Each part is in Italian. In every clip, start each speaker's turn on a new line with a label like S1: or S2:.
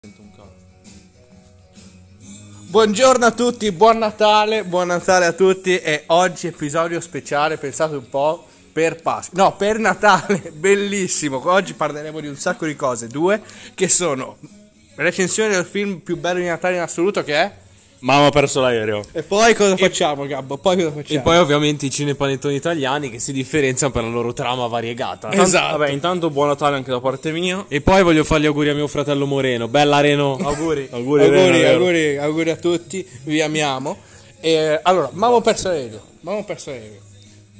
S1: sento un cazzo. Buongiorno a tutti, buon Natale, buon Natale a tutti e oggi episodio speciale, pensate un po', per Pasqua, no, per Natale, bellissimo. Oggi parleremo di un sacco di cose, due che sono recensione del film più bello di Natale in assoluto che è
S2: Mamma ho perso l'aereo.
S1: e poi cosa facciamo, Gabbo? Poi cosa facciamo?
S3: E poi ovviamente i cinepanettoni italiani che si differenziano per la loro trama variegata.
S1: Esatto.
S2: Vabbè, intanto buon Natale anche da parte mia.
S3: E poi voglio fare gli auguri a mio fratello Moreno. Bella Reno.
S2: Auguri.
S3: auguri, Reno,
S1: auguri,
S3: Reno.
S1: auguri, auguri a tutti, vi amiamo. E, allora, Mamo perso l'aereo, Mamo perso l'aereo.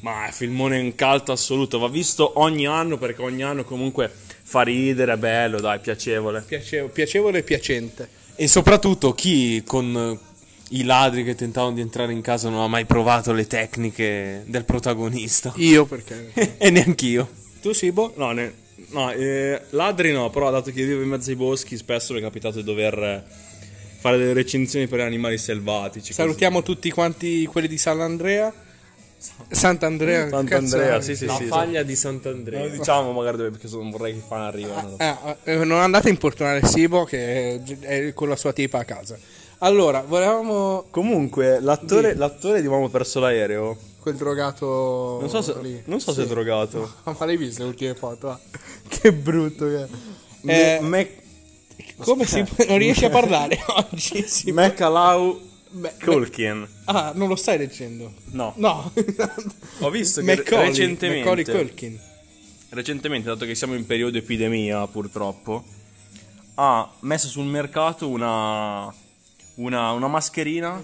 S2: Ma è filmone in caldo assoluto, va visto ogni anno perché ogni anno comunque fa ridere, è bello, dai, piacevole.
S1: Piacevo- piacevole e piacente.
S3: E soprattutto chi con eh, i ladri che tentavano di entrare in casa non ha mai provato le tecniche del protagonista.
S1: Io perché?
S3: e neanch'io.
S1: tu Sibo?
S2: No, ne- no, eh, ladri no, però dato che io vivo in mezzo ai boschi spesso mi è capitato di dover eh, fare delle recensioni per animali selvatici.
S1: Salutiamo tutti quanti quelli di Sant'Andrea. Sant'Andrea. cazzo,
S2: Sant'Andrea, sì sì
S3: La
S2: sì.
S3: faglia di Sant'Andrea.
S2: Non diciamo magari dove perché non vorrei che i fan arrivano.
S1: Ah, eh, non andate a importunare Sibo che è con la sua tipa a casa. Allora, volevamo
S2: Comunque, l'attore, l'attore di Mamma ho perso l'aereo.
S1: quel drogato
S2: Non so se,
S1: lì.
S2: non so se è drogato.
S1: Ma l'hai visto le ultime foto? Ah, che brutto che è. Eh,
S2: Mac-
S1: come si non riesci a parlare oggi? Sibo?
S2: Macalau
S1: Beh,
S2: Culkin.
S1: ah, non lo stai leggendo?
S2: No.
S1: No.
S2: Ho visto che
S1: Macaulay,
S2: recentemente,
S1: Macaulay Culkin.
S2: recentemente, dato che siamo in periodo epidemia purtroppo, ha messo sul mercato una, una, una mascherina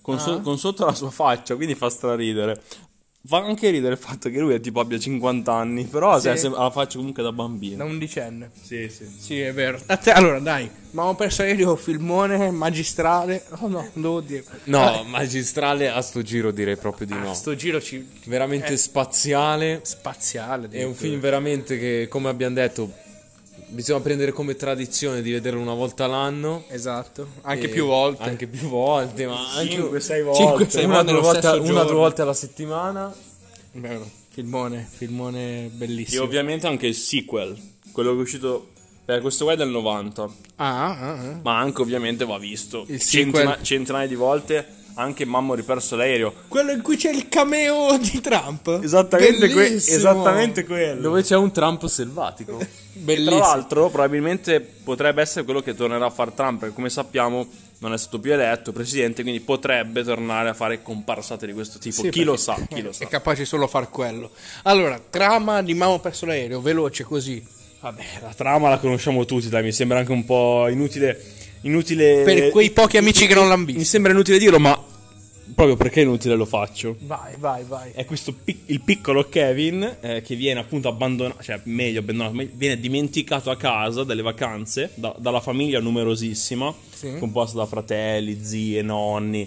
S2: con, so- con sotto la sua faccia, quindi fa straridere. Fa anche ridere il fatto che lui è tipo abbia 50 anni, però
S1: Sì.
S2: se- se- ha la faccia comunque da
S1: Da
S2: bambino.
S1: undicenne.
S2: Sì, sì.
S1: Sì, è vero. A te- allora, dai, ma ho perso io filmone magistrale. Oh no, non devo dire.
S3: No, magistrale a sto giro direi proprio di no.
S1: Eh. Ah, Sto Eh. giro ci...
S3: Veramente spaziale.
S1: spaziale.
S3: È un
S1: addirittura.
S3: film veramente che, come abbiamo detto, bisogna prendere come tradizione di vederlo una volta l'anno.
S1: Esatto. Anche
S3: E-
S1: più volte.
S3: Anche più volte, ma anche
S2: Cinque, sei volte.
S1: Cinque, sei
S3: una,
S1: volte
S3: due
S1: lo
S3: volte,
S1: stesso
S3: una due
S1: giorno.
S3: volte alla settimana.
S1: Vero. Filmone, filmone
S2: E
S1: bellissimo.
S2: ovviamente anche il sequel, quello che è uscito... eh, questo qua è del 90.
S1: Ah, ah, ah.
S2: ma anche ovviamente va visto
S1: Il
S2: Centina-
S1: sequel.
S2: centinaia di volte anche Mamma ho riperso l'aereo
S1: Quello in cui c'è il cameo di Trump.
S2: que-
S1: Bellissimo.
S2: esattamente quello
S3: Dove c'è un Trump selvatico.
S2: tra
S1: Bellissimo.
S2: l'altro probabilmente potrebbe essere quello che tornerà a far Trump perché come sappiamo non è stato più eletto presidente quindi potrebbe tornare a fare comparsate di questo tipo
S1: Sì,
S2: chi lo
S1: perché-
S2: sa chi lo
S1: È
S2: sa
S1: capace solo a far quello. Allora, trama di Mamo perso l'aereo, veloce così.
S2: vabbè la trama la conosciamo tutti dai mi sembra anche un po' inutile inutile
S1: Per quei pochi amici che non l'hanno
S2: mi
S1: visto.
S2: sembra inutile dirlo ma proprio perché è inutile lo faccio
S1: Vai, vai, vai.
S2: è questo pic- il piccolo Kevin eh, che viene appunto abbandonato, cioè meglio abbandonato, meglio- viene dimenticato a casa dalle vacanze, da- dalla famiglia numerosissima,
S1: Sì.
S2: composta da fratelli, zie, nonni,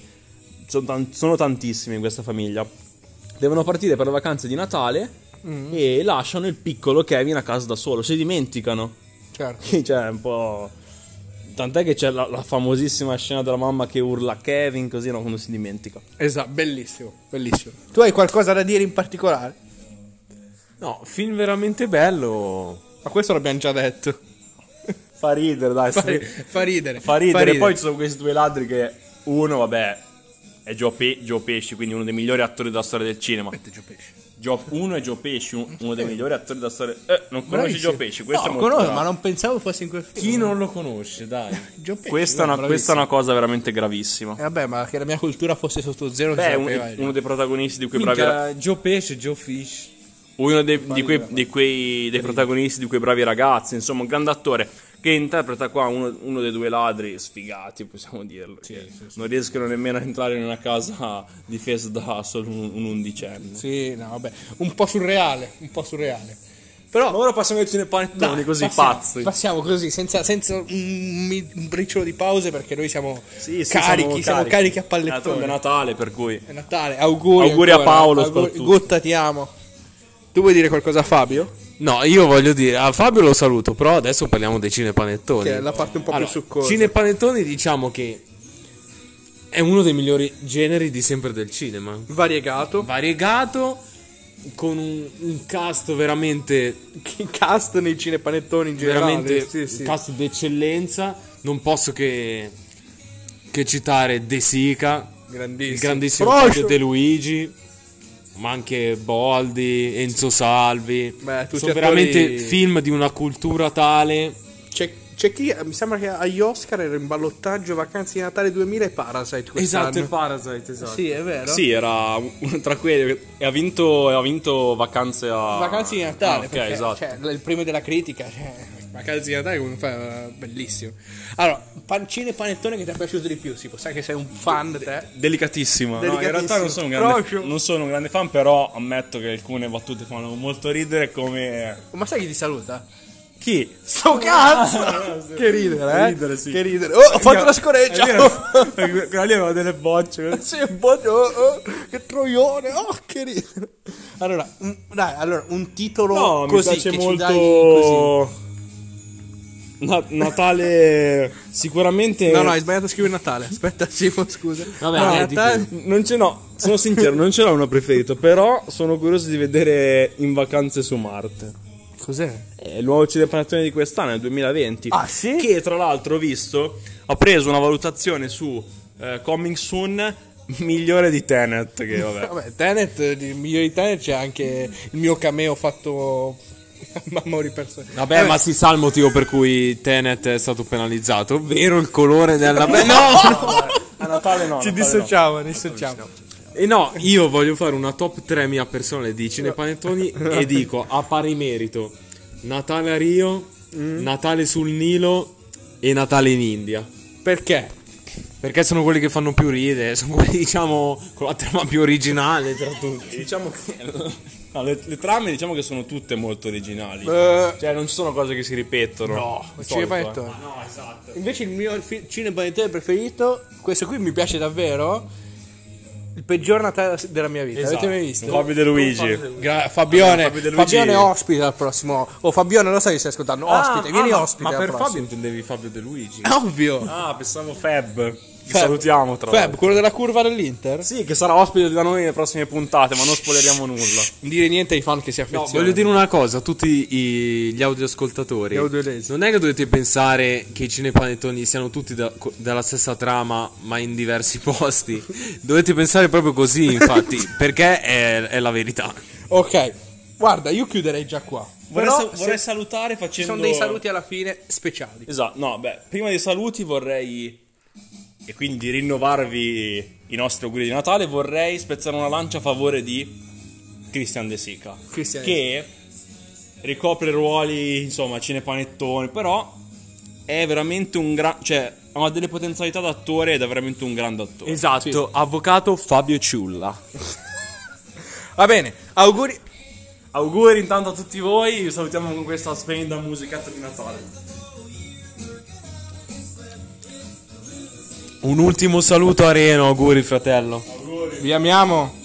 S2: sono, tan- sono tantissimi in questa famiglia. Devono partire per le vacanze di Natale e lasciano il piccolo Kevin a casa da solo, si dimenticano.
S1: Certo.
S2: cioè, è un po'... Tant'è che c'è la, la famosissima scena della mamma che urla Kevin così, no, quando si dimentica.
S1: Esatto, bellissimo, bellissimo. Tu hai qualcosa da dire in particolare?
S3: No, film veramente bello.
S1: Ma questo l'abbiamo già detto.
S2: Fa ridere, dai.
S1: Fa,
S2: sì.
S1: fa ridere.
S2: Fa ridere. Poi ci sono questi due ladri che uno, vabbè, è Joe, Pe- Joe Pesci, quindi uno dei migliori attori della storia del cinema. Joe- uno è Joe Pesci, un- uno dei migliori attori della storia. Eh, non conosci Joe Pesci? Questo è molto bravo.
S1: non pensavo fosse in quel film.
S3: Chi non lo conosce, dai.
S1: Joe Pesci,
S2: Questa, è
S1: no,
S2: una, questa è una cosa veramente gravissima.
S1: bravissimo. Eh, vabbè, ma che la mia cultura fosse sotto zero,
S2: Beh,
S1: si
S2: è un-
S1: sapeva, eh.
S2: uno dei protagonisti di quei bravi ra-
S3: Minchia, Joe Pesce, Joe Fish.
S2: uno dei, di quei, di quei- dei protagonisti di quei bravi ragazzi, insomma, un grande attore che interpreta qua uno, uno dei due ladri sfigati, possiamo dirlo. che Non riescono nemmeno a entrare in una casa difesa da solo un, un undicenne.
S1: Sì, no, vabbè. Un po' surreale, un po' surreale.
S2: Però ora passiamo ai cinepanettoni
S1: Dai,
S2: così
S1: passiamo-
S2: pazzi.
S1: Passiamo così, senza, senza un, mi- un briciolo di pause, perché noi siamo
S2: Sì, sì,
S1: carichi, siamo, carichi a
S2: D'altronde
S1: pallettone.
S2: È Natale, per cui.
S1: È Natale, auguri.
S2: Auguri a Paolo soprattutto.
S1: Gotta ti amo. Tu vuoi dire qualcosa a Fabio?
S3: No, io voglio dire, a Fabio lo saluto, però adesso parliamo dei cinepanettoni.
S1: Che è la parte un po'
S3: Allora,
S1: più succosa.
S3: cinepanettoni diciamo che è uno dei migliori generi di sempre del cinema.
S1: Variegato.
S3: variegato con un, un cast veramente
S1: Che cast nei cinepanettoni in generale.
S3: veramente
S1: sì, sì.
S3: cast d'eccellenza. Non posso che, che citare De Sica,
S1: grandissimo.
S3: il grandissimo
S1: Procio.
S3: Fabio De Luigi, ma anche Boldi, Enzo Salvi.
S1: Beh, tutti
S3: Sono
S1: attori-
S3: veramente film di una cultura tale.
S1: C'è, c'è chi, mi sembra che agli Oscar era in ballottaggio Vacanze di Natale 2000 e Parasite quest'anno.
S3: e Parasite, esatto.
S1: Sì, è vero.
S2: Sì, era un- tra quelli. E ha vinto, e ha vinto vacanze a.
S1: Vacanze di Natale,
S2: Ah, ok,
S1: perché,
S2: esatto.
S1: cioè, il premio della critica, cioè, Vacanze di Natale come fa eh, bellissimo. Allora, pancino e panettone che ti è piaciuto di più, si può sai che sei un fan te.
S2: Delicatissima. No, in
S1: Delicatissima.
S2: realtà non sono, un grande,
S1: Proprio.
S2: non sono un grande fan, però ammetto che alcune battute fanno molto ridere come...
S1: Ma sai chi ti saluta?
S2: Chi?
S1: Sto cazzo! che ridere, eh?
S2: Ridere, sì.
S1: Che ridere. Oh, ho fatto la scoreggia!
S2: Perché Quella lì aveva delle bocce.
S1: Sì, un po' di- oh, oh, che troione, oh, che ridere. Allora, un, dai, allora, un titolo
S2: No,
S1: così
S2: mi piace
S1: che ci dai così.
S2: molto... Na- Natale sicuramente...
S1: No, no, hai sbagliato a scrivere Natale. Aspetta, Simo, scusa.
S3: Vabbè,
S1: No,
S3: dai,
S1: Natale-
S2: Non ce l'ho, sono sincero, non ce l'ho uno preferito, però sono curioso di vedere In vacanze su Marte.
S1: Cos'è?
S2: È il nuovo cinepanettone di quest'anno, nel 2020.
S1: Ah, sì?
S2: Che tra l'altro ho visto, ha preso una valutazione su eh, Coming Soon migliore di Tenet, che vabbè.
S1: Vabbè, Tenet, di migliori Tenet c'è anche il mio cameo fatto a mori persone.
S3: Vabbè, ma si sa il motivo per cui Tenet è stato penalizzato, ovvero il colore della... Beh, no!
S2: A Natale no.
S1: Ci dissociamo, dissociamo.
S3: E no, io voglio fare una top 3 mia personale di cinepanettoni e dico a pari merito Natale a Rio,
S1: Mm.
S3: Natale sul Nilo e Natale in India.
S1: Perché?
S3: Perché sono quelli che fanno più ride, sono quelli diciamo con la trama più originale tra tutti.
S2: Diciamo che... no, le, le trame diciamo che sono tutte molto originali.
S1: Eh.
S2: Cioè non ci sono cose che si ripetono. eh. No,
S1: Il cinepanettone. no, esatto. Invece il mio fi- cinepanettone preferito, questo qui mi piace davvero, il peggior Natale della mia vita. Avete mai visto?
S2: Esatto. Fabio De Luigi.
S1: Gra- Fabione,
S2: Fabio De Luigi.
S1: Fabione ospita al prossimo. Oh Fabione, lo sai che stai ascoltando. Ospite, vieni ospite.
S3: Ma
S1: al
S3: per
S1: prossimo.
S3: Fabio intendevi Fabio De Luigi?
S1: Ovvio.
S2: Ah, pensavo Feb. Ti
S1: Feb.
S2: salutiamo tra
S1: Fab,
S2: l'altro.
S1: quello della curva dell'Inter?
S2: Sì, che sarà ospite da noi nelle prossime puntate, ma non spoileriamo nulla.
S1: Non dire niente ai fan che si
S3: No,
S1: affezionano.
S3: voglio dire una cosa a tutti i- gli audioascoltatori.
S1: Gli audiolesi.
S3: Non è che dovete pensare che i cinepanettoni siano tutti da- co- dalla stessa trama, ma in diversi posti. dovete pensare proprio così, infatti, perché è, è la verità.
S1: Ok, guarda, io chiuderei già qua.
S2: Vorrei,
S1: Però
S2: sa-
S1: se-
S2: vorrei salutare
S1: ci
S2: facendo...
S1: sono dei saluti alla fine speciali.
S2: Esatto, no, beh, prima dei saluti vorrei... E quindi rinnovarvi i nostri auguri di Natale, vorrei spezzare una lancia a favore di Christian De Sica.
S1: Christian De
S2: Che ricopre ruoli, insomma, cinepanettone, però è veramente un gran... cioè, ha delle potenzialità d'attore ed è veramente un grande attore.
S3: Esatto, avvocato Fabio Ciulla.
S1: Va bene, auguri.
S2: Auguri intanto a tutti voi, vi salutiamo con questa splendida musicata di Natale.
S3: Un ultimo saluto a Reno, auguri fratello.
S1: Vi amiamo.